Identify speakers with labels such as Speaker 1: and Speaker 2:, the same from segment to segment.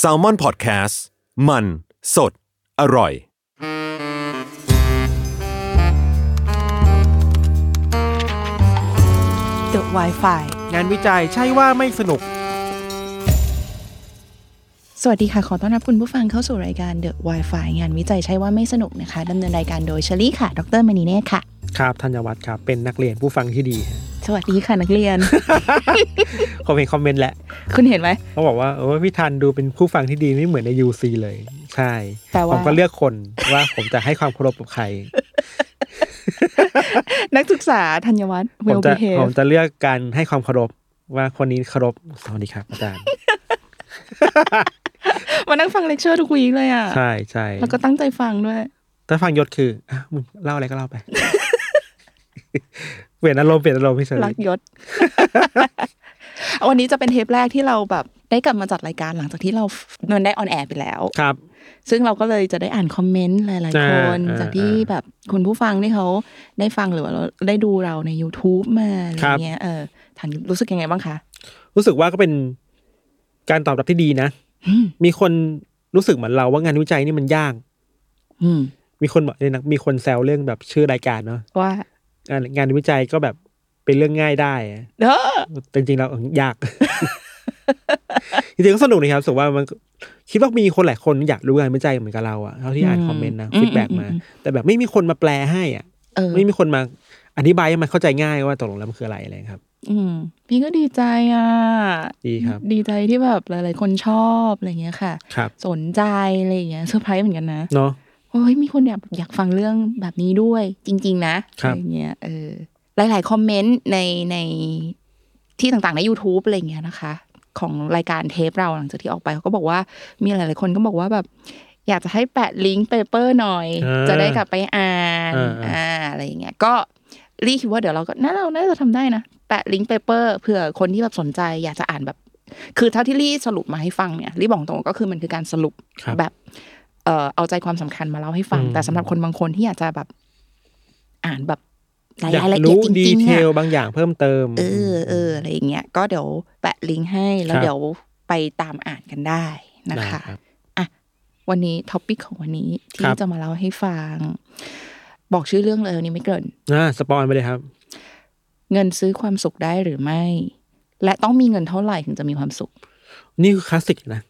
Speaker 1: s a l ม o n PODCAST มันสดอร่อย
Speaker 2: The Wi-Fi
Speaker 3: งานวิจัยใช่ว่าไม่สนุก
Speaker 2: สวัสดีค่ะ ขอต้อนรับคุณผู้ฟังเข้าสู่รายการ The Wi-Fi งานวิจัยใช่ว่าไม่สนุกนะคะดำเนินรายการโดยเชลีค่ะ ดรมณีเนตรค่ะ
Speaker 3: ครับธัญวัฒน์ครับ เป็นนักเรียนผู้ฟังที่ดี
Speaker 2: สวัสดีค่ะนักเรียน
Speaker 3: ผมเห็นคอมเมนต์แหละ
Speaker 2: คุณเห็นไหม
Speaker 3: เขาบอกว่าโอ้ยพี่ทันดูเป็นผู้ฟังที่ดีไม่เหมือนใน UC เลย ใช่
Speaker 2: แปลว่า
Speaker 3: ผมก็เลือกคนว่าผมจะให้ความเคารพกับใคร
Speaker 2: นักศึกษาธัญวัฒน์
Speaker 3: ผม
Speaker 2: well
Speaker 3: จะผม
Speaker 2: behave
Speaker 3: จะเลือกการให้ความเคารพว่าคนนี้เคารพสวัสดีครับอาจารย์
Speaker 2: มานั่งฟังเลคเชอร์ทุกวีคเลยอ่ะ
Speaker 3: ใช่ใช่
Speaker 2: แล้วก็ตั้งใจฟังด้วย
Speaker 3: แต่ฟังยศคืออ่ะมึงเล่าอะไรก็เล่าไป เปลี่ยนอารมณ์เปลี่ยนอารมณ์พี่เฉล
Speaker 2: รักยศ วันนี้จะเป็นเทปแรกที่เราแบบได้กลับมาจัดรายการหลังจากที่เรามันได้ออนแอร์ไปแล้ว
Speaker 3: ครับ
Speaker 2: ซึ่งเราก็เลยจะได้อ่านคอมเมนต์หลาย ๆ คน
Speaker 3: อ่า
Speaker 2: จากที่
Speaker 3: อ่า
Speaker 2: แบบคุณผู้ฟังที่เขาได้ฟังหรือว่าเราได้ดูเราใน YouTube มาอะไร
Speaker 3: ครับ
Speaker 2: เงี้ยเออทันรู้สึกยังไงบ้างคะ
Speaker 3: รู้สึกว่าก็เป็นการตอบรับที่ดีนะ
Speaker 2: อืม
Speaker 3: มีคนรู้สึกเหมือนเราว่างานวิจัยนี่มันยาก
Speaker 2: อืม
Speaker 3: มีคนบอกเลยนะมีคนแซวเรื่องแบบชื่อรายการเนาะ
Speaker 2: ว่าง
Speaker 3: านงานวิจัยก็แบบเป็นเรื่องง่ายได้อะ
Speaker 2: เออ
Speaker 3: แต่จริงๆแล้วเออยาก จริงๆก็สนุกนะครับรู้สึกว่ามันคิดว่ามีคนหลายคนอยากรู้งานวิจัยเหมือนกับเราอะเท่าที่อ่านคอมเมนต์นะฟีดแบ็กมา แต่แบบไม่มีคนมาแปลให้อ่ะ
Speaker 2: เออ
Speaker 3: ไม่มีคนมาอธิบายให้มันเข้าใจง่ายว่าตกลงแล้วมันคืออะไรอะไรครับ
Speaker 2: อืมพี่ก็ดีใจอ่ะ
Speaker 3: ดีครับ
Speaker 2: ดีใจที่แบบหลาย ๆ คนชอบอะไรเงี้ยค่ะ
Speaker 3: ครับ
Speaker 2: สนใจอะไรเงี้ยเซอร์ไพรส์เหมือนกันนะ
Speaker 3: เนาะ
Speaker 2: โอ้ยมีคนอยากอยากฟังเรื่องแบบนี้ด้วย จริง ๆ นะครับ อะไรเงี้ยเออหลาย ๆ คอมเมนต์ในในที่ต่าง ๆ ใน YouTube อะไรเงี้ยนะคะ ของรายการเทปเราหลังจากที่ออกไปเขาก็บอกว่ามีหลาย ๆ คนก็บอกว่าแบบ อยากจะให้แปะลิงก์เปเปอร์หน่อย
Speaker 3: อ่า
Speaker 2: จะได้กลับไปอ่าน
Speaker 3: อ่าอ่า
Speaker 2: อ่าอะไรอย่างเงี้ยก็รีคิดว่าเดี๋ยวเราก็น่าเราน่าจะทำได้นะแปะลิงก์เปเปอร์เผื่อคนที่แบบสนใจ อยากจะอ่านแบบ คือเท่าที่รี่สรุปมาให้ฟังเนี่ยรี่บอกตรงก็คือมันคือการสรุป
Speaker 3: ครับ
Speaker 2: แบบ เอ่อเอาใจความสำคัญมาเล่าให้ฟัง
Speaker 3: อืม
Speaker 2: แต่สำหรับคนบางคนที่อยากจะแบบ อ่านแบบราย
Speaker 3: อยาก
Speaker 2: ละเอียด
Speaker 3: รู้
Speaker 2: จ
Speaker 3: ดี
Speaker 2: ริง
Speaker 3: เท
Speaker 2: ๆอะ
Speaker 3: ลบางอย่างเพิ่มเติม
Speaker 2: เออเอออะไรอย่างเงี้ยก็เดี๋ยวแปะลิงก์ให้แล้ว
Speaker 3: ครับ
Speaker 2: เดี๋ยวไปตามอ่านกันได้นะคะ
Speaker 3: ได้รับ
Speaker 2: วันนี้ท็อปิกของวันนี้
Speaker 3: ครั
Speaker 2: ที่
Speaker 3: บ
Speaker 2: จะมาเล่าให้ฟัง บอกชื่อเรื่องเลยวันนี้ไม่เกริ่น
Speaker 3: อ่าสปอนไปเลยครับ
Speaker 2: เงินซื้อความสุขได้หรือไม่ และต้องมีเงินเท่าไหร่ถึงจะมีความสุข
Speaker 3: นี่คือคลาสสิกนะ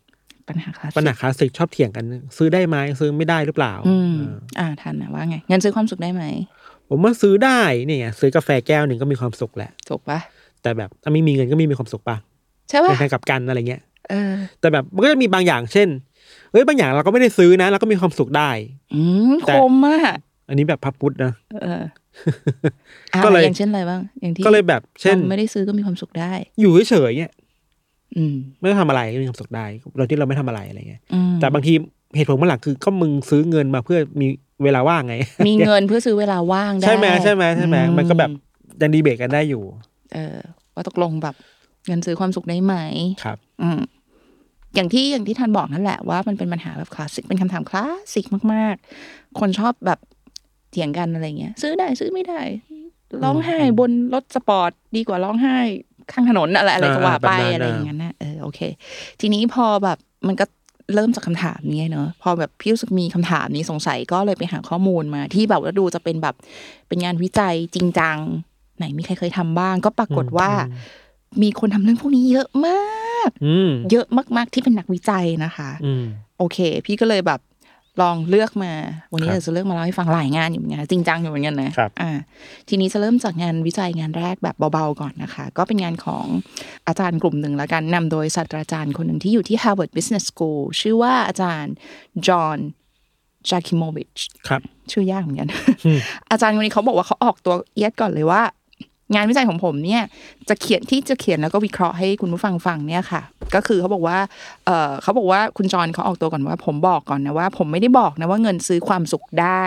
Speaker 2: ปัญหาคลาสสิก
Speaker 3: ปัญหาคลาสสิกชอบเถียงกัน ซื้อได้ไหมซื้อไม่ได้หรือเปล่า
Speaker 2: อืม
Speaker 3: เออ
Speaker 2: อ่าทันนะว่าไง เงินซื้อความสุขได้ไหม
Speaker 3: ผมว่าซื้อได้นี่ไงซื้อกาแฟแก้วหนึ่งก็มีความสุขแหละ
Speaker 2: จบปะ
Speaker 3: แต่แบบถ้าไม่มีเงินก็ไม่มีความสุขปะ
Speaker 2: ใช่
Speaker 3: ใน
Speaker 2: ปะ
Speaker 3: ทางกลับกันอะไรเงี้ย
Speaker 2: เออ
Speaker 3: แต่แบบมันก็จะมีบางอย่างเช่นเอ้ยบางอย่างเราก็ไม่ได้ซื้อนะเราก็มีความสุขได้
Speaker 2: อืม
Speaker 3: แต่
Speaker 2: คมมาก
Speaker 3: อันนี้แบบพระพุทธนะ
Speaker 2: เอ ออ่ะ
Speaker 3: ก็เลย
Speaker 2: อย่างเช่นอะไรบ้าง อย่างที่
Speaker 3: ก็เลยแบบเช่น
Speaker 2: ราไม่ได้ซื้อก็มีความสุขได้
Speaker 3: อยู่เฉยๆเนี่ย
Speaker 2: อืม
Speaker 3: ไม่ต้องทำอะไรก็มีความสุขได้โดยที่เราไม่ทำอะไรอะไรเงี้ย
Speaker 2: อืม
Speaker 3: แต่บางทีเหตุผลมันหลักคือก็มึงซื้อเงินมาเพื่อมีเวลาว่างไง
Speaker 2: มีเงินเพื่อซื้อเวลาว่างได้
Speaker 3: ใช่ไหมใช่ไหมใช่ไหมมันก็แบบ
Speaker 2: อื
Speaker 3: ยังดีเบตกันได้อยู่
Speaker 2: เออ ว่าตกลงแบบ เงินซื้อความสุขได้ไหม
Speaker 3: ครับ
Speaker 2: อืมอย่างที่อย่างที่ทันบอกนั่นแหละว่ามันเป็นปัญหาแบบคลาสสิกเป็นคำถามคลาสสิกมาก ๆ คนชอบแบบเถียงกันอะไรเงี้ย ซื้อได้ซื้อไม่ได้ ร้องไห้บนรถสปอร์ตดีกว่าร้องไห้ข้างถนนอะไรอะไรก็ว่าไป
Speaker 3: อ่าแบบนั้น
Speaker 2: อะไรอย่างนั้นนะเออโอเค ทีนี้พอแบบมันก็เริ่มจากคำถามนี้เนอะพอแบบพี่รู้สึกมีคำถามนี้สงสัยก็เลยไปหาข้อมูลมา ที่แบบว่าดูจะเป็นแบบเป็นงานวิจัยจริงจังไหนมีใครเคยทำบ้าง ก็ปรากฏว่า มีคนทำเรื่องพวกนี้เยอะมาก
Speaker 3: อืม
Speaker 2: เยอะมาก ๆ ที่เป็นนักวิจัยนะคะ
Speaker 3: อืม
Speaker 2: โอเค พี่ก็เลยแบบลองเลือกมา วันนี้
Speaker 3: ครับ
Speaker 2: เดี๋ยวจะเลือกมาเล่าให้ฟังหลายงานอยู่เหมือนกันจริงจังอยู่เหมือนกันนะครับ อ่า ทีนี้จะเริ่มจากงานวิจัยงานแรกแบบเบา ๆ ก่อนนะคะ ก็เป็นงานของอาจารย์กลุ่มหนึ่งแล้วกันนำโดยศาสตราจารย์คนหนึ่งที่อยู่ที่ Harvard Business School ชื่อว่าอาจารย์จอห์นจาคิโมวิช
Speaker 3: ครับ
Speaker 2: ชื่อยากเหมือนกัน
Speaker 3: อืม
Speaker 2: อาจารย์คนนี้เขาบอกว่าเขาออกตัวเอียดก่อนเลยว่า งานวิจัยของผมเนี่ยจะเขียนที่จะเขียนแล้วก็วิเคราะห์ให้คุณผู้ฟังฟังเนี่ยค่ะ ก็คือเขาบอกว่าเออเขาบอกว่าคุณจรเขาออกตัวก่อนว่า ผมบอกก่อนนะว่า ผมไม่ได้บอกนะว่าเงินซื้อความสุขได้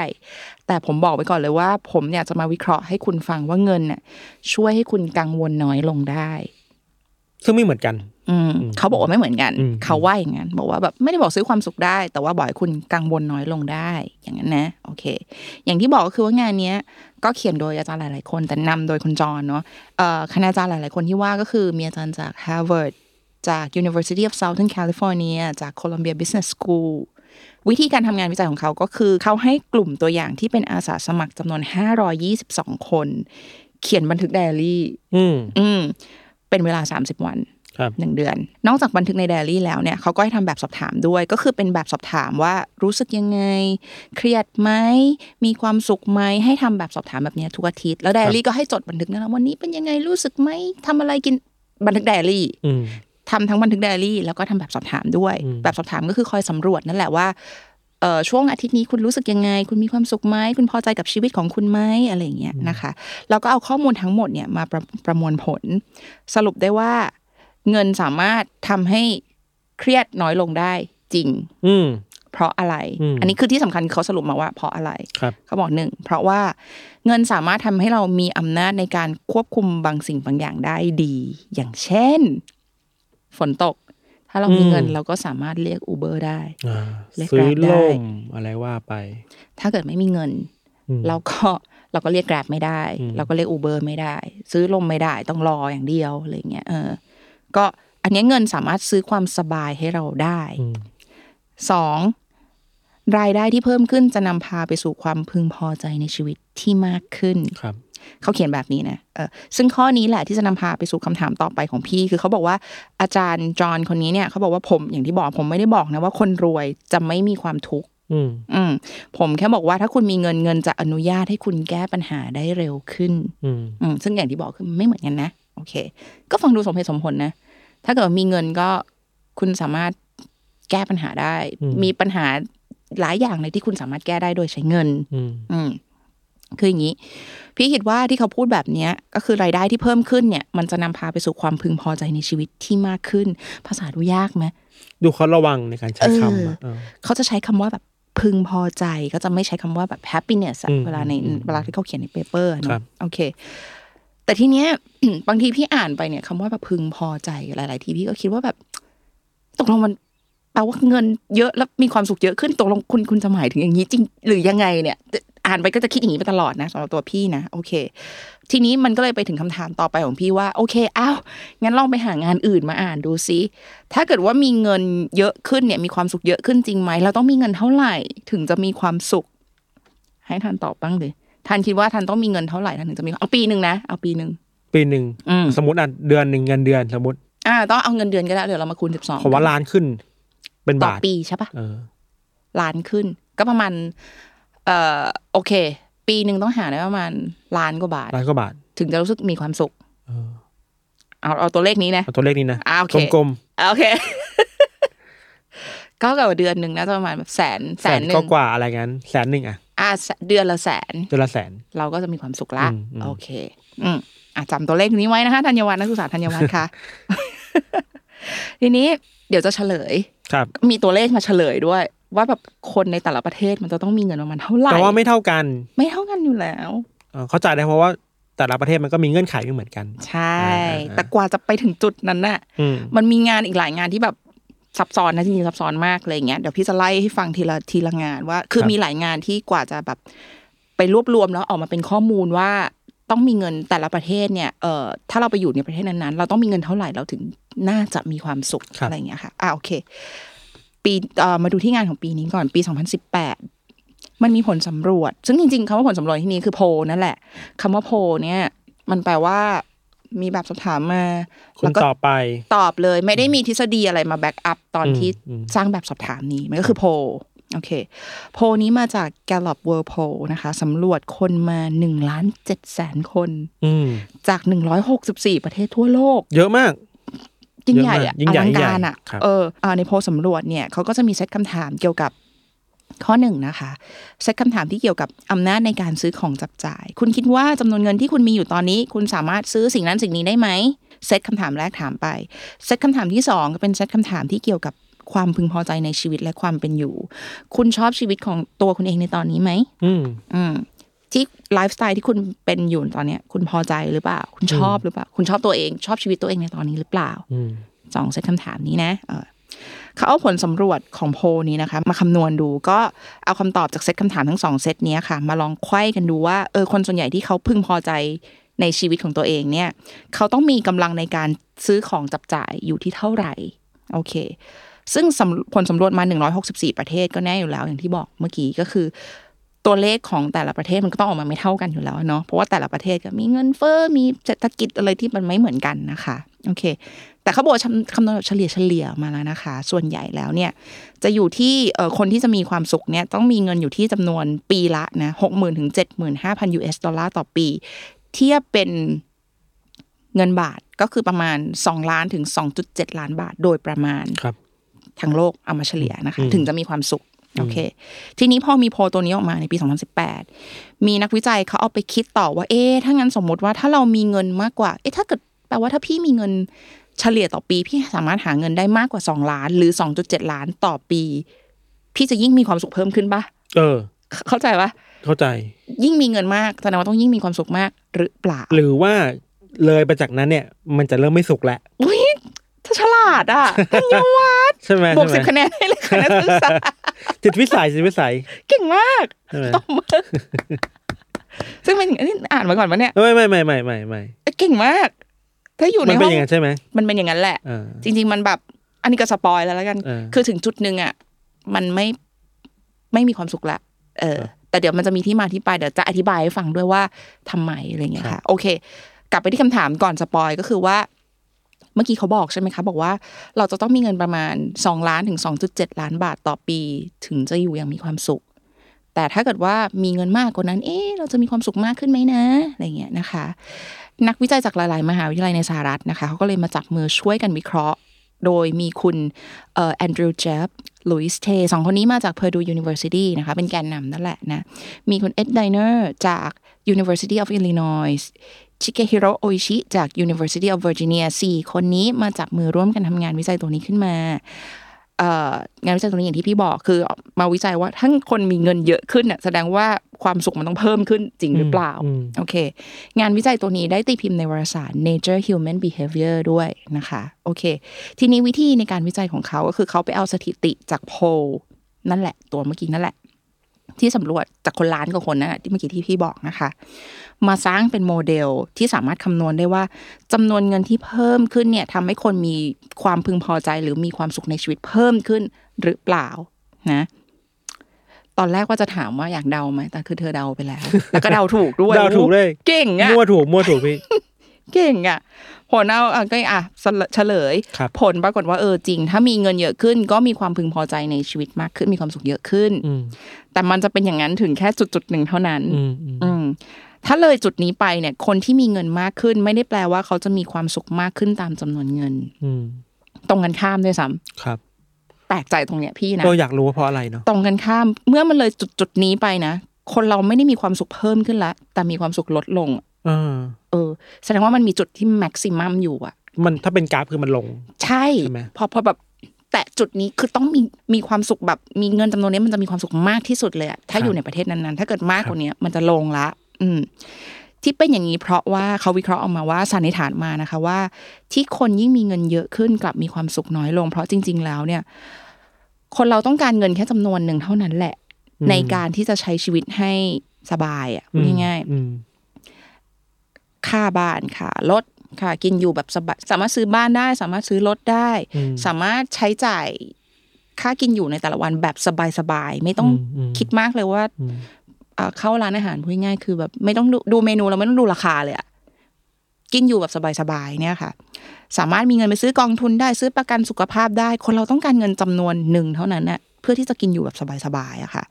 Speaker 2: แต่ผมบอกไว้ก่อนเลยว่า ผมเนี่ยจะมาวิเคราะห์ให้คุณฟังว่าเงินน่ะช่วยให้คุณกังวลน้อยลงได้
Speaker 3: ซึ่งไม่เหมือนกัน
Speaker 2: อืม
Speaker 3: อืม
Speaker 2: เขาบอกว่าไม่เหมือนกัน
Speaker 3: อืม
Speaker 2: เขาว่าอย่างนั้น บอกว่าแบบไม่ได้บอกซื้อความสุขได้ แต่ว่าบอกให้คุณกังวลน้อยลงได้ อย่างนั้นนะ โอเค อย่างที่บอกก็คือว่างานเนี้ย ก็เขียนโดยอาจารย์หลาย ๆ คน แต่นำโดยคุณจรเนาะเอ่อคณาจารย์หลาย ๆ คนที่ว่าก็คือมีอาจารย์จาก Harvard จาก University of Southern California จาก Columbia Business School วิธีการทำงานวิจัยของเขาก็คือ เขาให้กลุ่มตัวอย่างที่เป็นอาสาสมัครจำนวน 522 คน เขียนบันทึกไดอารี่
Speaker 3: อืม
Speaker 2: อืมเป็นเวลา 30 วัน
Speaker 3: ครับ
Speaker 2: หนึ่งเดือน นอกจากบันทึกในไดอารี่แล้วเนี่ยเขาก็ให้ทำแบบสอบถามด้วย ก็คือเป็นแบบสอบถามว่ารู้สึกยังไง เครียดไหมมีความสุขไหมให้ทำแบบสอบถามแบบเนี้ยทุกอาทิตย์แล้วไดอารี่ก็ให้จดบันทึกนะวันนี้เป็นยังไงรู้สึกไหมทำอะไรกินบันทึกไดอารี่
Speaker 3: อืม
Speaker 2: ทำทั้งบันทึกไดอารี่แล้วก็ทำแบบสอบถามด้วย
Speaker 3: อืม
Speaker 2: แบบสอบถามก็คือคอยสำรวจนั่นแหละว่าเอ่อช่วงอาทิตย์นี้คุณรู้สึกยังไง คุณมีความสุขไหมคุณพอใจกับชีวิตของคุณไหมอะไรอย่างเงี้ยนะคะแล้วก็เอาข้อมูลทั้งหมดเนี่ยมาประประมวลผล สรุปได้ว่า เงินสามารถทำให้เครียดน้อยลงได้จริง
Speaker 3: อืม
Speaker 2: เพราะอะไร
Speaker 3: อืม
Speaker 2: อันนี้คือที่สำคัญคือเขาสรุปมาว่าเพราะอะไร
Speaker 3: ครับ
Speaker 2: เขาบอกหนึ่งเพราะว่าเงินสามารถทำให้เรามีอำนาจในการควบคุมบางสิ่งบางอย่างได้ดี อย่างเช่น ฝนตก ถ้าเรามี
Speaker 3: อืม
Speaker 2: เงินเราก็สามารถเรียกอูเบอร์ได้
Speaker 3: อ่า
Speaker 2: เล็ก
Speaker 3: ซื้อ
Speaker 2: แบบได้
Speaker 3: ล่มอะไรว่าไป
Speaker 2: ถ้าเกิดไม่มีเงิน
Speaker 3: อืม
Speaker 2: เราก็เราก็เรียกแกร็บไม่ได้
Speaker 3: อืม
Speaker 2: เราก็เรียกอูเบอร์ไม่ได้ ซื้อลมไม่ได้ต้องรออย่างเดียวอะไรเงี้ยเออ ก็อันเนี้ยเงินสามารถซื้อความสบายให้เราได้
Speaker 3: อืม
Speaker 2: สองรายได้ที่เพิ่มขึ้นจะนำพาไปสู่ความพึงพอใจในชีวิตที่มากขึ้น
Speaker 3: ครับ
Speaker 2: เขาเขียนแบบนี้นะเออซึ่งข้อนี้แหละที่จะนำพาไปสู่คำถามต่อไปของพี่ คือเขาบอกว่าอาจารย์จอห์นคนนี้เนี่ยเขาบอกว่าผมอย่างที่บอกผมไม่ได้บอกนะว่าคนรวยจะไม่มีความทุกข์
Speaker 3: อืม
Speaker 2: อืมผมแค่บอกว่าถ้าคุณมีเงินเงินจะอนุญาตให้คุณแก้ปัญหาได้เร็วขึ้น
Speaker 3: อืม
Speaker 2: อืมซึ่งอย่างที่บอกคือไม่เหมือนกันนะโอเค ก็ฟังดูสมเหตุสมผลนะ ถ้าเกิดว่ามีเงินก็คุณสามารถแก้ปัญหาได้
Speaker 3: อืม
Speaker 2: มีปัญหาหลายอย่างเลยที่คุณสามารถแก้ได้โดยใช้เงิน
Speaker 3: อืม
Speaker 2: อืมคืออย่างนี้ พี่คิดว่าที่เขาพูดแบบเนี้ย ก็คือรายได้ที่เพิ่มขึ้นเนี่ย มันจะนำพาไปสู่ความพึงพอใจในชีวิตที่มากขึ้น ภาษาดูยากไหม
Speaker 3: ดูเขาระวังในการใช้คำอะ
Speaker 2: เออ
Speaker 3: เออ
Speaker 2: เขาจะใช้คำว่าแบบพึงพอใจก็จะไม่ใช้คำว่าแบบ happiness อะ
Speaker 3: อืม
Speaker 2: เวลาใน
Speaker 3: อืม
Speaker 2: เวลาที่เขาเขียนในเปเปอร์
Speaker 3: ครั
Speaker 2: เนาะ
Speaker 3: บ
Speaker 2: โอเค แต่ทีเนี้ย บางทีพี่อ่านไปเนี่ยคำว่าแบบพึงพอใจหลาย ๆ ทีพี่ก็คิดว่าแบบ ตกลงมันแปลว่าเงินเยอะแล้วมีความสุขเยอะขึ้นตกลงคุณคุณจะหมายถึงอย่างนี้จริง หรือยังไงเนี่ย อ่านไปก็จะคิดอย่างนี้ไปตลอดนะสำหรับตัวพี่นะโอเค ทีนี้มันก็เลยไปถึงคำถามต่อไปของพี่ว่า โอเคอ้าวงั้นลองไปหางานอื่นมาอ่านดูซิถ้าเกิดว่ามีเงินเยอะขึ้นเนี่ย มีความสุขเยอะขึ้นจริงไหมเราต้องมีเงินเท่าไหร่ ถึงจะมีความสุข ให้ทันตอบบ้างดิทันคิดว่าทันต้องมีเงินเท่าไหร่ทันถึงจะมีเอาปีหนึ่งนะเอาปีหนึ่ง
Speaker 3: ปีหนึ่ง
Speaker 2: อืม
Speaker 3: สมมติอ่ะเดือนหนึ่งเงินเดือนสมมติ
Speaker 2: อ่าต้องเอาเงินเดือนก็ได้เดี๋ยวเรามาคูณสิบสอง
Speaker 3: ขอว่าล้านขึ้น เป็
Speaker 2: ต่อบ
Speaker 3: นาท
Speaker 2: ปีใช่ปะ
Speaker 3: เออ
Speaker 2: ล้านขึ้น ก็ประมาณ เอ่อโอเค ปีหนึ่งต้องหาได้ประมาณล้านกว่าบาท
Speaker 3: ล้านกว่าบาท
Speaker 2: ถึงจะรู้สึกมีความสุข
Speaker 3: เออ
Speaker 2: เอาเอาตัวเลขนี้นะ
Speaker 3: เอาตัวเลขนี้นะ
Speaker 2: อ่าโอเค
Speaker 3: กลม
Speaker 2: อ่ะโอเค ก็เกิดเดือนหนึ่งนะจะประมาณแบบแสน
Speaker 3: ๆ
Speaker 2: แสนหนึ่ง
Speaker 3: กว่าๆอะไรงั้นแสนหนึ่งอ่ะ
Speaker 2: อ่ะแสเดือนละแสน
Speaker 3: เดือนละแสน
Speaker 2: เราก็จะมีความสุขละ
Speaker 3: อืมอืม
Speaker 2: โอเค อืมอ่ะจำตัวเลขนี้ไว้นะคะธัญวัฒน์นักศึกษาธัญวัฒน์ ค่ะ ทีนี้เดี๋ยวจะเฉลย
Speaker 3: ครับ
Speaker 2: มีตัวเลขมาเฉลยด้วย ว่าแบบคนในแต่ละประเทศมันจะต้องมีเงินประมาณเท่าไหร่
Speaker 3: แต่ว่าไม่เท่ากัน
Speaker 2: ไม่เท่ากันอยู่แล้ว
Speaker 3: เออเข้าใจได้เพราะว่าแต่ละประเทศมันก็มีเงื่อนไขไม่เหมือนกัน
Speaker 2: ใช่
Speaker 3: อ่าอ่า
Speaker 2: แต่กว่าจะไปถึงจุดนั้นน่ะ
Speaker 3: อืม
Speaker 2: มันมีงานอีกหลายงานที่แบบซับซ้อนนะจริงๆซับซ้อนมากอะไรอย่างเงี้ยเดี๋ยวพี่จะไล่ให้ฟังทีละทีละงานว่า คือ
Speaker 3: ครับ
Speaker 2: มีหลายงานที่กว่าจะแบบไปรวบรวมแล้วออกมาเป็นข้อมูลว่าต้องมีเงินแต่ละประเทศเนี่ยเอ่อถ้าเราไปอยู่ในประเทศนั้นๆ เราต้องมีเงินเท่าไหร่เราถึงน่าจะมีความสุขอะไรอย่างเงี้ยค่ะอ่าโอเค ปีเอ่อมาดูที่งานของปีนี้ก่อนปี 2018 มันมีผลสำรวจ ซึ่งจริงๆคำว่าผลสำรวจที่นี้คือโพลนั่นแหละคำว่าโพลเนี่ย มันแปลว่ามีแบบสอบถามมา
Speaker 3: คุณ
Speaker 2: แล้วก็
Speaker 3: ต่อไป
Speaker 2: ตอบเลยไม่ได้มีทฤษฎีอะไรมาแบ็กอัพตอน
Speaker 3: อืม
Speaker 2: ที่
Speaker 3: อืม
Speaker 2: สร้างแบบสอบถามนี้ มันก็คือโพลโอเค โพลนี้มาจาก Gallup World Poll นะคะสำรวจคนมา1ล้าน7แสนคน
Speaker 3: อืม
Speaker 2: จาก 164 ประเทศทั่วโลก
Speaker 3: เยอะมาก
Speaker 2: ยิ่งใหญ่อะ
Speaker 3: เย
Speaker 2: อ
Speaker 3: อะมาก
Speaker 2: ลัง
Speaker 3: ยิ่งใหญ่
Speaker 2: การอะ
Speaker 3: ครับ
Speaker 2: เอออ่าในโพลสำรวจเนี่ยเขาก็จะมีเซตคำถามเกี่ยวกับข้อหนึ่งนะคะ เซตคำถามที่เกี่ยวกับอำนาจในการซื้อของจับจ่าย คุณคิดว่าจำนวนเงินที่คุณมีอยู่ตอนนี้ คุณสามารถซื้อสิ่งนั้นสิ่งนี้ได้ไหมเซตคำถามแรกถามไป เซตคำถามที่สองก็เป็นเซตคำถามที่เกี่ยวกับความพึงพอใจในชีวิตและความเป็นอยู่ คุณชอบชีวิตของตัวคุณเองในตอนนี้ไหม
Speaker 3: อืม
Speaker 2: อืมที่ไลฟ์สไตล์ที่คุณเป็นอยู่ตอนเนี้ย คุณพอใจหรือเปล่า คุณชอบหรือเปล่า คุณชอบตัวเอง ชอบชีวิตตัวเองในตอนนี้หรือเปล่า
Speaker 3: อืม
Speaker 2: สองเซตคำถามนี้นะเออเขาเอาผลสำรวจของโพลนี้นะคะ มาคำนวณดูก็เอาคำตอบจากเซตคำถามทั้งสองเซตเนี้ยค่ะ มาลองไขว้กันดูว่าเออคนส่วนใหญ่ที่เขาพึงพอใจ ในชีวิตของตัวเองเนี่ย เขาต้องมีกำลังในการซื้อของจับจ่ายอยู่ที่เท่าไหร่ โอเค ซึ่งสำผลสำรวจมา 164 ประเทศก็แน่อยู่แล้วอย่างที่บอกเมื่อกี้ก็คือ ตัวเลขของแต่ละประเทศมันก็ต้องออกมาไม่เท่ากันอยู่แล้วเนาะเพราะว่าแต่ละประเทศก็มีเงินเฟ้อมีเศรษฐกิจอะไรที่มันไม่เหมือนกันนะคะโอเค แต่เขาบอกว่าคำคำนวณแบบเฉลี่ยเฉลี่ยมาแล้วนะคะ ส่วนใหญ่แล้วเนี่ย จะอยู่ที่เอ่อคนที่จะมีความสุขเนี่ยต้องมีเงินอยู่ที่จำนวนปีละนะหกหมื่นถึงเจ็ดหมื่นห้าพัน US ดอลลาร์ต่อปี เทียบเป็นเงินบาทก็คือประมาณสองล้านถึงสองจุดเจ็ดล้านบาทโดยประมาณ
Speaker 3: ครับ
Speaker 2: ทั้งโลกเอามาเฉลี่ยนะคะ
Speaker 3: อืม
Speaker 2: ถึงจะมีความสุขโอเค ทีนี้พอมีโพลตัวนี้ออกมาในปี 2018 มีนักวิจัยเขาเอาไปคิดต่อว่า เอ๊ะถ้างั้นสมมติว่าถ้าเรามีเงินมากกว่า เอ๊ะถ้าเกิดแปลว่าถ้าพี่มีเงินเฉลี่ยต่อปี พี่สามารถหาเงินได้มากกว่า 2 ล้าน หรือ 2.7 ล้านต่อปี พี่จะยิ่งมีความสุขเพิ่มขึ้นปะ
Speaker 3: เออ
Speaker 2: เข้าใจปะ
Speaker 3: เข้าใจ
Speaker 2: ยิ่งมีเงินมากแสดงว่าต้องยิ่งมีความสุขมากหรือเปล่า
Speaker 3: หรือว่าเลยไปจากนั้นเนี่ย มันจะเริ่มไม่สุกแล้ว
Speaker 2: อุ้ยถ้าฉลาดอ่ะท่านยง วัฒน์
Speaker 3: ใช่ไหม
Speaker 2: บวกสิ
Speaker 3: ใช่
Speaker 2: บคะ
Speaker 3: ไหม
Speaker 2: แนนให้เลยค่ะนักศึกษา
Speaker 3: จิตวิสัยจิตวิสัย
Speaker 2: เก่งมาก
Speaker 3: ใช่ไหม
Speaker 2: ตบมือซึ่งเป็นอันนี้อ่านมาก่อนปะเนี่ย
Speaker 3: ไม่ไม่ไม่ไม่ไม่ไม่
Speaker 2: เอ้ยเก่งมาก ถ้าอยู่ในห้
Speaker 3: มันเป็น
Speaker 2: อง
Speaker 3: อย่างนั้นใช่ไหม
Speaker 2: มันเป็นอย่างนั้นแหละ
Speaker 3: อ่า
Speaker 2: จริง ๆ มันแบบ อันนี้ก็สปอยแล้วแล้วกัน
Speaker 3: เออ
Speaker 2: คือถึงจุดหนึ่งอ่ะ มันไม่ไม่มีความสุขละ เออ
Speaker 3: ครับ
Speaker 2: แต่เดี๋ยวมันจะมีที่มาที่ไปเดี๋ยวจะอธิบายให้ฟังด้วยว่าทำไมอะไรเงี้ยค่ะ โอเค กลับไปที่คำถามก่อนสปอยก็คือว่า เมื่อกี้เขาบอกใช่ไหมคะ บอกว่าเราจะต้องมีเงินประมาณ2ล้านถึง2.7 ล้านบาทต่อปี ถึงจะอยู่อย่างมีความสุข แต่ถ้าเกิดว่ามีเงินมากกว่านั้น เอ๊ะ เราจะมีความสุขมากขึ้นไหมนะ อะไรเงี้ยนะคะ นักวิจัยจากหลาย ๆ มหาวิทยาลัยในสหรัฐนะคะ เขาก็เลยมาจับมือช่วยกันวิเคราะห์ โดยมีคุณเอ่อแอนดรูว์เจฟลุยส์เทสองคนนี้มาจาก Purdue University นะคะ เป็นแกนนำนั่นแหละนะ มีคุณเอ็ดไดเนอร์จาก University of Illinois ชิเกฮิโรโออิชิจาก University of Virginia 4 คนนี้มาจับมือร่วมกันทำงานวิจัยตัวนี้ขึ้นมา เอ่องานวิจัยตรงนี้อย่างที่พี่บอกคือมาวิจัยว่าถ้าคนมีเงินเยอะขึ้นเนี่ยแสดงว่าความสุขมันต้องเพิ่มขึ้นจริงหรือเปล่า
Speaker 3: อืม
Speaker 2: โอเค งานวิจัยตัวนี้ได้ตีพิมพ์ในวารสาร Nature Human Behavior ด้วยนะคะ โอเค ทีนี้วิธีในการวิจัยของเขาก็คือเขาไปเอาสถิติจากโพลนั่นแหละ ตัวเมื่อกี้นั่นแหละ ที่สำรวจจากคนล้านกว่าคนนั่นแหละที่เมื่อกี้ที่พี่บอกนะคะ มาสร้างเป็นโมเดลที่สามารถคำนวณได้ว่าจำนวนเงินที่เพิ่มขึ้นเนี่ยทำให้คนมีความพึงพอใจ หรือมีความสุขในชีวิตเพิ่มขึ้นหรือเปล่านะ ตอนแรกว่าจะถามว่าอยากเดาไหมแต่คือเธอเดาไปแล้ว แล้วก็เดาถูกด้วย
Speaker 3: เดาถูกด้วย
Speaker 2: เก่งอะ
Speaker 3: มั่วถูกมั่วถูกพี่
Speaker 2: เก่งอ่ะผลเอาอ่ะก็อ่ะสละเฉลย
Speaker 3: ครับ
Speaker 2: ผลปรากฏว่าเออจริง ถ้ามีเงินเยอะขึ้น ก็มีความพึงพอใจในชีวิตมากขึ้นมีความสุขเยอะขึ้น
Speaker 3: อืม
Speaker 2: แต่มันจะเป็นอย่างนั้นถึงแค่จุดจุดๆหนึ่งเท่านั้น
Speaker 3: อืมอืม
Speaker 2: อืมถ้าเลยจุดนี้ไปเนี่ย คนที่มีเงินมากขึ้น ไม่ได้แปลว่าเขาจะมีความสุขมากขึ้นตามจำนวนเงิน
Speaker 3: อืม
Speaker 2: ตรงกันข้ามด้วยซ้
Speaker 3: ครับ
Speaker 2: ำแปลกใจตรงเนี้ยพี่นะ
Speaker 3: เราอยากรู้ว่าเพราะอะไรเนาะ
Speaker 2: ตรงกันข้ามเมื่อมันเลยจุดจุดๆนี้ไปนะคนเราไม่ได้มีความสุขเพิ่มขึ้นละแต่มีความสุขลดลง
Speaker 3: อ่า
Speaker 2: เออ แสดงว่ามันมีจุดที่แม็กซิมัมอยู่อะ
Speaker 3: มันถ้าเป็นกราฟคือมันลง
Speaker 2: ใช่
Speaker 3: ใช่ไหม
Speaker 2: พอพอแบบแตะจุดนี้คือต้องมีมีความสุขแบบ มีเงินจำนวนนี้มันจะมีความสุขมากที่สุดเลยอะถ้าอยู่ในประเทศนั้นๆ ถ้าเกิดมากกว่านี้มันจะลงละ อืม ที่เป็นอย่างนี้เพราะว่าเขาวิเคราะห์ออกมาว่าสันนิษฐานมานะคะว่า ที่คนยิ่งมีเงินเยอะขึ้นกลับมีความสุขน้อยลง เพราะจริง ๆ แล้วเนี่ย คนเราต้องการเงินแค่จำนวนหนึ่งเท่านั้นแหละ
Speaker 3: อืม
Speaker 2: ในการที่จะใช้ชีวิตให้สบายอะ
Speaker 3: อืม
Speaker 2: ง่ายๆ
Speaker 3: อืม
Speaker 2: ค่าบ้านค่ะรถค่ะ กินอยู่แบบสบายสามารถซื้อบ้านได้ สามารถซื้อรถได้
Speaker 3: อืม
Speaker 2: สามารถใช้จ่ายค่ากินอยู่ในแต่ละวันแบบสบายๆไม่ต้อง
Speaker 3: อืมอืม
Speaker 2: คิดมากเลยว่า
Speaker 3: อืม
Speaker 2: เอ่อเข้าร้านอาหารพูดง่ายๆคือแบบไม่ต้องดูดูเมนูเราไม่ต้องดูราคาเลยอะกินอยู่แบบสบายๆเนี่ยค่ะ สามารถมีเงินไปซื้อกองทุนได้ซื้อประกันสุขภาพได้ คนเราต้องการเงินจำนวนหนึ่งเท่านั้นน่ะเพื่อที่จะกินอยู่แบบสบายๆอะค่ะ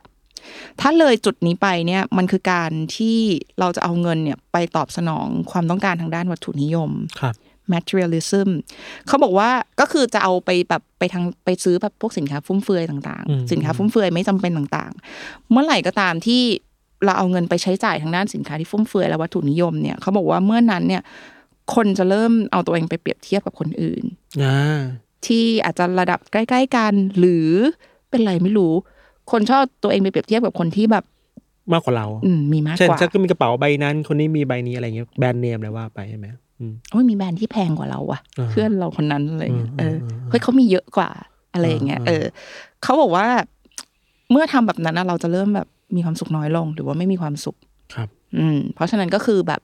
Speaker 2: ถ้าเลยจุดนี้ไปเนี่ยมันคือการที่เราจะเอาเงินเนี่ยไปตอบสนองความต้องการทางด้านวัตถุนิยม
Speaker 3: ครับ
Speaker 2: materialism เขาบอกว่าก็คือจะเอาไปแบบไปทางไปซื้อแบบพวกสินค้าฟุ่มเฟือยต่าง
Speaker 3: อืม
Speaker 2: ๆ สินค้าฟุ่มเฟือยไม่จำเป็นต่างๆ เมื่อไหร่ก็ตามที่เราเอาเงินไปใช้จ่ายทางด้านสินค้าที่ฟุ่มเฟือยและวัตถุนิยมเนี่ยเขาบอกว่าเมื่อนั้นเนี่ยคนจะเริ่มเอาตัวเองไปเปรียบเทียบกับคนอื่น
Speaker 3: อ่า
Speaker 2: ที่อาจจะระดับใกล้ ๆ กัน หรือเป็นไรไม่รู้ คนชอบตัวเองไปเปรียบเทียบกับคนที่แบบ
Speaker 3: มากกว่าเรา
Speaker 2: อืมมีมาก
Speaker 3: เช่น
Speaker 2: กว่า
Speaker 3: ฉันก็มีกระเป๋าใบนั้น คนนี้มีใบนี้อะไรเงี้ยแบรนด์เนมอะไรว่าไปใช่ไหมอืม
Speaker 2: โอ้ยมีแบรนด์ที่แพงกว่าเราอะ
Speaker 3: อ่า
Speaker 2: เพื่อนเราคนนั้นอะไรอย่างเงี้ยเออ
Speaker 3: มมม
Speaker 2: เฮ้ยเขามีเยอะกว่าอะไรอย่างเงี้ย
Speaker 3: อ่า
Speaker 2: เออ เขาบอกว่า เมื่อทำแบบนั้นน่ะเราจะเริ่มแบบมีความสุขน้อยลง หรือว่าไม่มีความสุข
Speaker 3: ครับ
Speaker 2: อืม เพราะฉะนั้นก็คือแบบ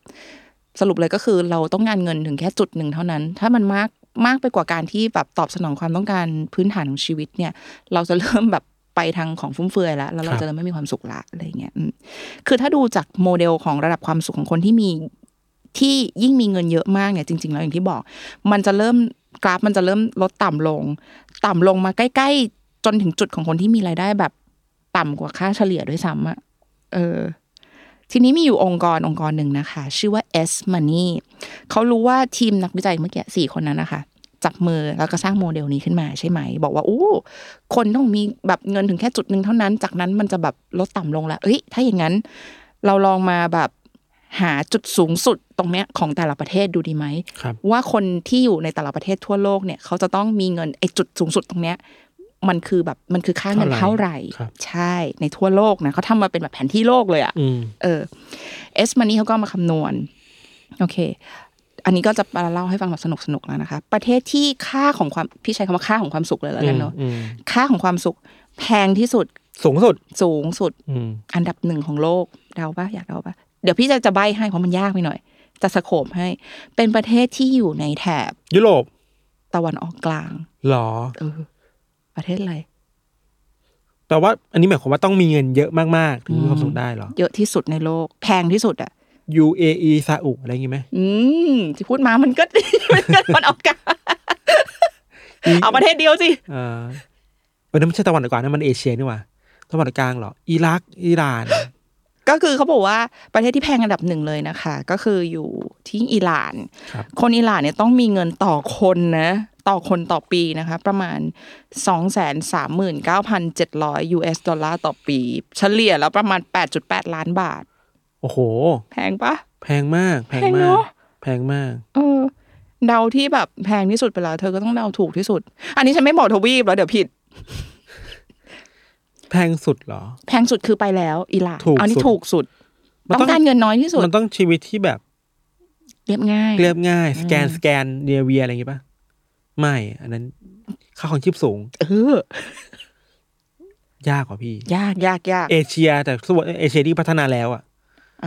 Speaker 2: สรุปเลยก็คือเราต้องการเงินถึงแค่จุดหนึ่งเท่านั้น ถ้ามันมากมากไปกว่าการที่แบบตอบสนองความต้องการพื้นฐานของชีวิตเนี่ย เราจะเริ่มแบบไปทางของฟุ่มเฟือยแล้วแล้วเรา
Speaker 3: ครับ
Speaker 2: จะเริ่มไม่มีความสุขละอะไรเงี้ยอืมคือถ้าดูจากโมเดลของระดับความสุขของคนที่มี ที่ยิ่งมีเงินเยอะมากเนี่ยจริงๆแล้วอย่างที่บอก มันจะเริ่มกราฟมันจะเริ่มลดต่ำลง ต่ำลงมาใกล้ ๆ จนถึงจุดของคนที่มีรายได้แบบต่ำกว่าค่าเฉลี่ยด้วยซ้ำอะเออ ทีนี้มีอยู่องค์กรองค์กรหนึ่งนะคะ ชื่อว่า S Money เขารู้ว่าทีมนักวิจัยเมื่อกี้สี่คนนั้นนะคะ จับมือแล้วก็สร้างโมเดลนี้ขึ้นมาใช่ไหม บอกว่าอู้คนต้องมีแบบเงินถึงแค่จุดหนึ่งเท่านั้น จากนั้นมันจะแบบลดต่ำลงละเอ้ยถ้าอย่างนั้น เราลองมาแบบหาจุดสูงสุดตรงเนี้ยของแต่ละประเทศดูดีไหม
Speaker 3: ครับ
Speaker 2: ว่าคนที่อยู่ในแต่ละประเทศทั่วโลกเนี่ย เขาจะต้องมีเงินไอ้จุดสูงสุดตรงเนี้ย มันคือแบบมันคือค่าเงินเท่าไหร่
Speaker 3: เท่าไหร่ครับ
Speaker 2: ใช่ในทั่วโลกนะเขาทำมาเป็นแบบแผนที่โลกเลยอะ
Speaker 3: อืม
Speaker 2: เออเอสมานี่เขาก็เอามาคำนวณ โอเค อันนี้ก็จะมาเล่าให้ฟังแบบสนุกสนุกๆแล้วนะคะ ประเทศที่ค่าของความพี่ใช้คำว่าค่าของความสุขเลยแล้วกันเนาะ
Speaker 3: อืมอืม
Speaker 2: ค่าของความสุขแพงที่สุด
Speaker 3: สูงสุด
Speaker 2: สูงสุด
Speaker 3: อืม
Speaker 2: อันดับหนึ่งของโลกเดาปะอยากเดาปะเดี๋ยวพี่จะจะใบให้เพราะมันยากไปหน่อย จะสโคบให้ เป็นประเทศที่อยู่ในแถบ
Speaker 3: ยุโรป
Speaker 2: ตะวันออกกลาง
Speaker 3: หรอ
Speaker 2: เออประเทศอะไร
Speaker 3: แต่ว่าอันนี้หมายความว่าต้องมีเงินเยอะมากๆ ถึงมีความสุขได้เหรอ
Speaker 2: เยอะที่สุดในโลก แพงที่สุดอ่ะ
Speaker 3: UAE ซาอุอะไรอย่างงี้ไหม
Speaker 2: อืมที่พูดมามันก็ มันก็ตะวันออกกลางเอาประเทศเดียวสิ
Speaker 3: เออเออนั่นไม่ใช่ตะวันออกกลางนั่นมันเอเชียนี่หว่าตะวันออกกลางเหรอ อิรัก อิหร่าน
Speaker 2: ก็คือเขาบอกว่าประเทศที่แพงอันดับหนึ่งเลยนะคะ ก็คืออยู่ที่อิหร่าน
Speaker 3: ครับ
Speaker 2: คนอิหร่านเนี่ยต้องมีเงินต่อคนนะ ต่อคนต่อปีนะคะ ประมาณ 2 3 9 7 0 0 US ดอลลาร์ต่อปี เฉลี่ยแล้วประมาณ 8.8 ล้านบาท
Speaker 3: โอ้โห
Speaker 2: แพงปะ
Speaker 3: แพงมาก แพง
Speaker 2: แพงเน
Speaker 3: มาก
Speaker 2: อะ
Speaker 3: แพงมาก
Speaker 2: เออ เดาที่แบบแพงที่สุดไปแล้ว เธอก็ต้องเดาถูกที่สุด อันนี้ฉันไม่บอกทวีปแล้วเดี๋ยวผิด
Speaker 3: แพงสุดเหรอ
Speaker 2: แพงสุดคือไปแล้วอิหร่าน
Speaker 3: ถูก
Speaker 2: อันนี้
Speaker 3: สุด
Speaker 2: ถูกสุด ต้องการเงินน้อยที่สุด
Speaker 3: มันต้องชีวิตที่แบบ
Speaker 2: เรียบง่าย
Speaker 3: เรียบง่าย สแกนสแกนเดียเวียอะไรอย่างงี้ปะไม่ อันนั้น ค่าของชีพสูง
Speaker 2: เออ
Speaker 3: ยากกว่าพี่
Speaker 2: ยากยากยาก
Speaker 3: เอเชีย แต่ส่วนเอเชียที่พัฒนาแล้วอ่ะ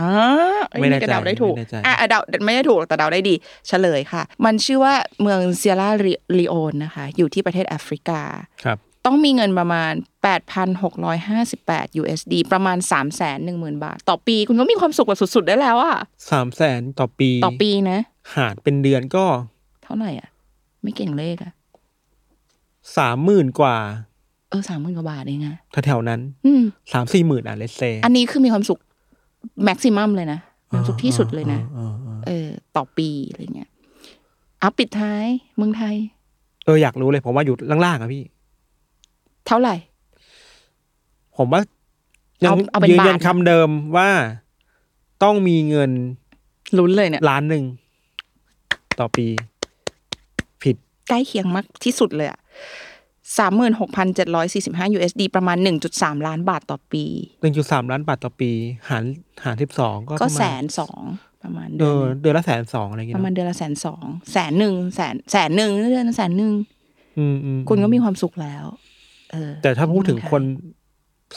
Speaker 2: อ่า
Speaker 3: ไม่
Speaker 2: ไม่
Speaker 3: แน่
Speaker 2: ได้ยนี่
Speaker 3: ใจ
Speaker 2: ก็เดาได้ถูก
Speaker 3: ไม่แน่ใจ
Speaker 2: อ่ะอ่ะเดาไม่ได้ถูกแต่เดาได้ดี เฉลยค่ะ มันชื่อว่าเมืองเซียร่าลีโอนนะคะ อยู่ที่ประเทศแอฟริกา
Speaker 3: ครับ
Speaker 2: ต้องมีเงินประมาณ 8,658 USD ประมาณ 310,000 บาท ต่อปีคุณก็มีความสุขแบบสุด ๆ ได้แล้วอะ
Speaker 3: สามแสนต่อปี
Speaker 2: ต่อปีนะ
Speaker 3: หารเป็นเดือนก็
Speaker 2: เท่าไหร่อะไม่เก่งเลขอะ
Speaker 3: สามหมื่นกว่า
Speaker 2: เออสามหมื่นกว่าบาทเองอะ
Speaker 3: แถวๆนั้น
Speaker 2: อืม
Speaker 3: สามสี่หมื่นอ่ะเลเซ
Speaker 2: อันนี้คือมีความสุขแม็กซิมัมเลยนะความสุขที่สุดเลยนะ เออ ต่อปีอะไรเงี้ยเอาปิดท้ายเมืองไทย
Speaker 3: เอออยากรู้เลยผมว่าอยู่ล่างๆอ่ะพี่
Speaker 2: เท่าไหร่
Speaker 3: ผมว่ายั
Speaker 2: เอาเอาเป็น
Speaker 3: ยืนยัน
Speaker 2: บาท
Speaker 3: คำเดิมว่าต้องมีเงิน
Speaker 2: ลุ้นเลยเนี่ย
Speaker 3: ล้านหนึ่งต่อปี ผิด
Speaker 2: ใกล้เคียงมากที่สุดเลยอะสามหมื่นหกพันเจ็ดร้อยสี่สิบห้า USD ประมาณหนึ่งจุดสามล้านบาทต่อปี
Speaker 3: หนึ่งจุดสามล้านบาทต่อปี หารหารสิบสองก็
Speaker 2: ก็
Speaker 3: ประมาณ
Speaker 2: แสนสองประมาณเดื
Speaker 3: เอ
Speaker 2: อนห
Speaker 3: อ
Speaker 2: นึ่ง
Speaker 3: เดือนละแสนสองอะไรอ
Speaker 2: ป
Speaker 3: ย่างเงี้ย
Speaker 2: ระมาณเดือนละแสนสองแสนหนึ่งแสนแสนหนึ่งเดือนละแสนหนึ่ง
Speaker 3: อืมอืม
Speaker 2: คุณก็มีความสุขแล้ว เออ
Speaker 3: แต่ถ้าพูดถึงคน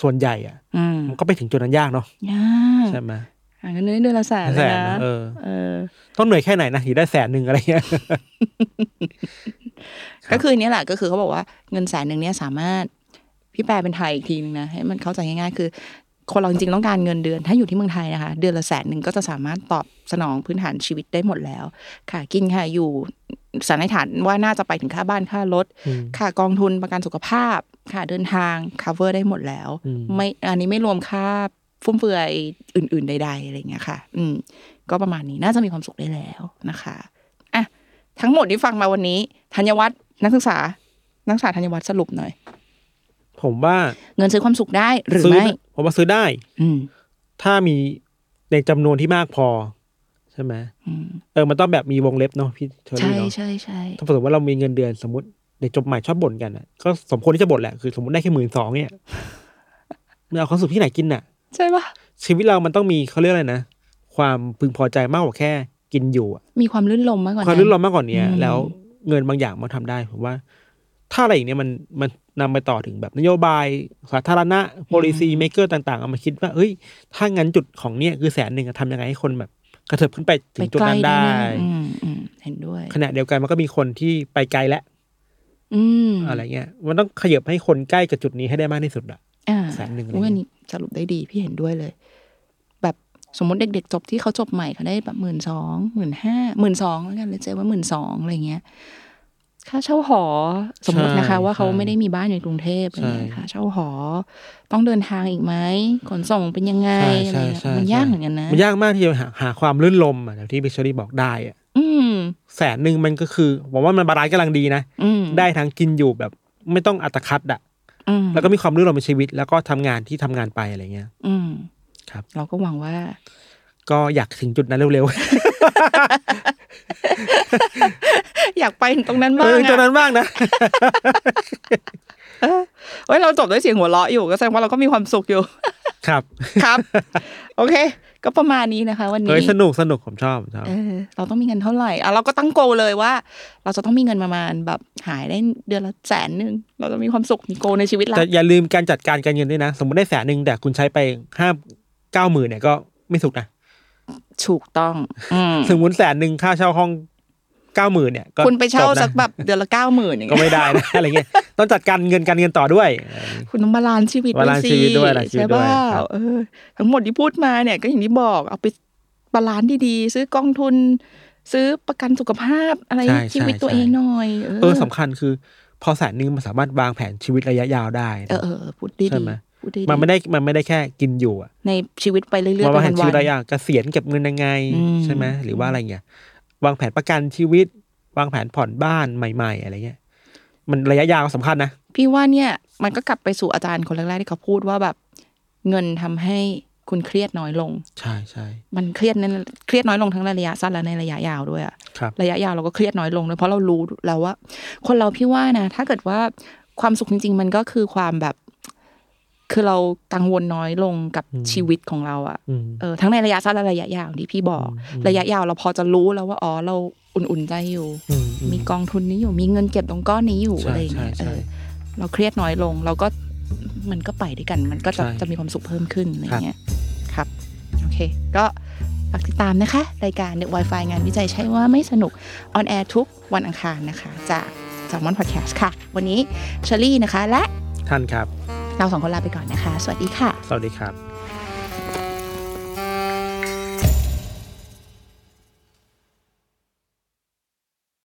Speaker 3: ส่วนใหญ่อ่ะ
Speaker 2: อืม
Speaker 3: มันก็ไปถึงจุดนั้นยากเนาะ
Speaker 2: ยาก
Speaker 3: ใช่ไหม
Speaker 2: หาเงินเดือนละแสนเล
Speaker 3: แส
Speaker 2: ย
Speaker 3: น
Speaker 2: นะ
Speaker 3: นะเออ
Speaker 2: เออ
Speaker 3: ต้องเหนื่อยแค่ไหนนะถึงได้แสนหนึ่งอะไรเงี้ย ครับ
Speaker 2: ก็คืออนเนี้ยแหละก็คือเขาบอกว่าเงินแสนหนึ่งเนี่ยสามารถพี่แปลเป็นไทยอีกทีนึงนะให้มันเข้าใจง่ายๆคือ คนเราจริงๆต้องการเงินเดือน ถ้าอยู่ที่เมืองไทยนะคะ เดือนละแสนหนึ่งก็จะสามารถตอบสนองพื้นฐานชีวิตได้หมดแล้ว ค่ะกินค่ะอยู่สันนิษฐานว่าน่าจะไปถึงค่าบ้านค่ารถ
Speaker 3: อืม
Speaker 2: ค่ากองทุนประกันสุขภาพ ค่าเดินทาง cover ได้หมดแล้ว
Speaker 3: อืม
Speaker 2: ไม่อันนี้ไม่รวมค่าฟุ่มเฟือยอื่น ๆ ใด ๆอะไรอย่างเงี้ยค่ะ อืม ก็ประมาณนี้น่าจะมีความสุขได้แล้วนะคะอ่ะทั้งหมดที่ฟังมาวันนี้ธัญวัฒน์นักศึกษา นักศึกษาธัญวัฒน์สรุปหน่อย
Speaker 3: ผมว่า
Speaker 2: เงินซื้อความสุขได้หรือ
Speaker 3: ซื้อ
Speaker 2: ไม่
Speaker 3: ผมว่าซื้อได้
Speaker 2: อืม
Speaker 3: ถ้ามีในจำนวนที่มากพอ ใช่ไหม
Speaker 2: อืม
Speaker 3: เออมันต้องแบบมีวงเล็บเนาะพี่เชอ
Speaker 2: ใช่
Speaker 3: รี่เนาะ
Speaker 2: ใช่ใช่
Speaker 3: ถ้าสมมติว่าเรามีเงินเดือนสมมติเด็กจบใหม่ชอบบ่นกันอ่ะก็สมควรที่จะบ่นแหละคือสมมติได้แค่หมื่นสอง เนี่ยมันเอาความสุขที่ไหนกินอ่ะ
Speaker 2: ใช่ปะ
Speaker 3: ชีวิตเรามันต้องมีเขาเรียกอะไรนะความพึงพอใจมากกว่าแค่กินอยู่อะ
Speaker 2: มีความลื่นลมมากกว่า
Speaker 3: ความรื่นรมมากกว่านี้
Speaker 2: อืม
Speaker 3: แล้วเงินบางอย่างมันทำได้ผมว่า ถ้าอะไรอย่างเนี้ยมันมันนำไปต่อถึงแบบนโยบายสาธารณะ policy maker ต่าง ๆ เอามาคิดว่าเอ้ย ถ้างั้นจุดของเนี่ยคือแสนหนึ่งอะทำยังไงให้คนแบบ กระเถิบขึ้นไปถึ
Speaker 2: ไป
Speaker 3: งจุด
Speaker 2: ใกล้
Speaker 3: นั้น
Speaker 2: ได้
Speaker 3: ได้
Speaker 2: แน่ๆอืมอืมเห็นด้วย
Speaker 3: ขณะเดียวกันมันก็มีคนที่ไปไกลแล้ว
Speaker 2: อืม
Speaker 3: อะไรเงี้ย มันต้องขยับให้คนใกล้กับจุดนี้ให้ได้มากที่สุดอะ
Speaker 2: อ่า
Speaker 3: แสนหนึ่งอะไร
Speaker 2: อุ๊ย
Speaker 3: เงี้ย
Speaker 2: อันนี้สรุปได้ดีพี่เห็นด้วยเลย แบบสมมติเด็ก ๆ จบที่เขาจบใหม่เขาได้แบบหมื่นสองหมื่นห้าหมื่นสองแล้วกันเลยเจ๊ว่าหมื่นสองอะไรเงี้ยค่าเช่าหอสมมตินะคะ
Speaker 3: ใช่
Speaker 2: ว่าเขา
Speaker 3: ใช่
Speaker 2: ไม่ได้มีบ้านอยู่ในกรุงเทพอะไรเงี้ย
Speaker 3: ใช่
Speaker 2: ค่ะ เช่าหอ ต้องเดินทางอีกไหมขนส่งเป็นยังไงอะ
Speaker 3: ใช่
Speaker 2: ไร
Speaker 3: ใช่
Speaker 2: เงี้ยมันยา
Speaker 3: ใช่
Speaker 2: ก
Speaker 3: ใช่
Speaker 2: เหมือนกันนะ
Speaker 3: มันยากมากที่จะหาหาความลื่นลมอะแบบที่บิชเชอรี่บอกได้อะ
Speaker 2: อืม
Speaker 3: แสนหนึ่งมันก็คือผมว่ามันบาลานซ์กำลังดีนะ
Speaker 2: อืม
Speaker 3: ได้ทั้งกินอยู่แบบไม่ต้องอัตคัดอะ
Speaker 2: อืม
Speaker 3: แล้วก็มีความรื่นรมในชีวิต แล้วก็ทำงานที่ทำงานไปอะไรเงี้ย
Speaker 2: อืม
Speaker 3: ครับ
Speaker 2: เราก็หวังว่า
Speaker 3: ก็อยากถึงจุดนั้นเร็ว
Speaker 2: อยากไปถึงตรงนั้น
Speaker 3: ๆ
Speaker 2: บ้าง
Speaker 3: เออจุด
Speaker 2: อะ
Speaker 3: นั้นบ้างนะ
Speaker 2: เฮ้ยเราจบด้วยเสียงหัวเราะอยู่ ก็แสดงว่าเราก็มีความสุขอยู่
Speaker 3: ครับ
Speaker 2: ครับ โอเค ก็ประมาณนี้นะคะ วัน
Speaker 3: เฮ้
Speaker 2: นี้
Speaker 3: ยสนุกสนุกผมชอบผมชอบ
Speaker 2: เออเราต้องมีเงินเท่าไหร่อ่ะเราก็ตั้งโกเลยว่า เราจะต้องมีเงินประมาณแบบหายได้เดือนละแสนหนึ่งเราจะมีความสุขมีโกในชีวิตเรา
Speaker 3: แต่อย่าลืมการจัดการการเงินด้วยนะ สมมติได้แสนหนึ่งแต่คุณใช้ไปห้าเก้าหมื่นเนี่ยก็ไม่สุกนะ
Speaker 2: ถูกต้องอืม
Speaker 3: สมมติแสนหนึ่งค่าเช่าห้องเก้าหมื่นเนี่ยก็
Speaker 2: คุณไปเช่า
Speaker 3: จนะ
Speaker 2: สักแบบเดือนละเก้าหมื่นอย่าง
Speaker 3: ก็
Speaker 2: เงี้ย
Speaker 3: ไม่ได้นะ อะไรเงี้ยต้องจัดการเงินการเงินต่อด้วย
Speaker 2: คุณต้องบาลานซ์ชีวิต
Speaker 3: บาลานซ์
Speaker 2: สิ
Speaker 3: ชีวิตด้วยบาลานซ์ชีวิ
Speaker 2: ใช่
Speaker 3: ตด้วย
Speaker 2: ป่า
Speaker 3: ครับ
Speaker 2: เออ ทั้งหมดที่พูดมาเนี่ยก็อย่างที่บอกเอาไปบาลานซ์ดีๆซื้อกองทุน ซื้อประกันสุขภาพอะไร
Speaker 3: ใช่
Speaker 2: ชีวิต
Speaker 3: ใช่
Speaker 2: ตัว
Speaker 3: ใช่
Speaker 2: เองหน่อย
Speaker 3: เออสำคัญคือ พอแสนหนึ่งมันสามารถวางแผนชีวิตระยะยาวได้
Speaker 2: เออเออเออพูดดี
Speaker 3: ใช่
Speaker 2: ดี
Speaker 3: ไหม
Speaker 2: พูดดี
Speaker 3: มันไม่ได้มันไม่ได้แค่กินอยู่อะ
Speaker 2: ในชีวิตไปเรื่อยๆ
Speaker 3: มั
Speaker 2: ไป
Speaker 3: นวางแผ
Speaker 2: วัน น
Speaker 3: ชี
Speaker 2: วั
Speaker 3: วิ
Speaker 2: น
Speaker 3: ตระยะยาวเกษียณเก็บเงินยังไง
Speaker 2: อืม
Speaker 3: ใช่ไหมหรือว่าอะไรเงี้ยวางแผนประกันชีวิต วางแผนผ่อนบ้านใหม่ ๆ อะไรเงี้ย มันระยะยาวสำคัญนะ
Speaker 2: พี่ว่าเนี่ยมันก็กลับไปสู่อาจารย์คนแรกๆที่เขาพูดว่าแบบเงินทำให้คุณเครียดน้อยลง
Speaker 3: ใช่ใช่
Speaker 2: มันเครียดนั้นเครียดน้อยลงทั้งในระยะสั้นและในระยะยาวด้วยอะ
Speaker 3: ครับ
Speaker 2: ระยะยาวเราก็เครียดน้อยลงด้วยเพราะเรารู้แล้วว่า คนเราพี่ว่านะถ้าเกิดว่าความสุขจริง ๆ มันก็คือความแบบ คือเรากังวลน้อยลงกับ
Speaker 3: อืม
Speaker 2: ชีวิตของเราอะ
Speaker 3: อืม
Speaker 2: เออทั้งในระยะสั้นและระยะยาวที่พี่บอก
Speaker 3: อืม
Speaker 2: ระยะยาวเราพอจะรู้แล้วว่าอ๋อเราอุ่นๆใจอยู่
Speaker 3: อือื
Speaker 2: มีกองทุนนี้อยู่มีเงินเก็บตรงก้อนนี้อยู่
Speaker 3: ใช่
Speaker 2: อะไรอย่าง
Speaker 3: ใช่
Speaker 2: เงี้ยเอ
Speaker 3: ใช่
Speaker 2: อเราเครียดน้อยลง เราก็มันก็ไปด้วยกัน มันก็จะ
Speaker 3: ใช่
Speaker 2: จะมีความสุขเพิ่มขึ้นอะไรอ
Speaker 3: ค
Speaker 2: ย่า
Speaker 3: รับ
Speaker 2: งเงี้ยครับโอเค ก็ฝากติดตามนะคะ รายการ The Wi-Fi งานวิจัยใช่ว่าไม่สนุกออนแอร์ทุกวันอังคารนะคะ จากจากมอนพอดแคสต์ค่ะ วันนี้เชอรี่นะคะ และ
Speaker 3: ท่านครับ
Speaker 2: เราสองคนลาไปก่อนนะคะ สวัสดีค่ะ
Speaker 3: สวัสดีครับ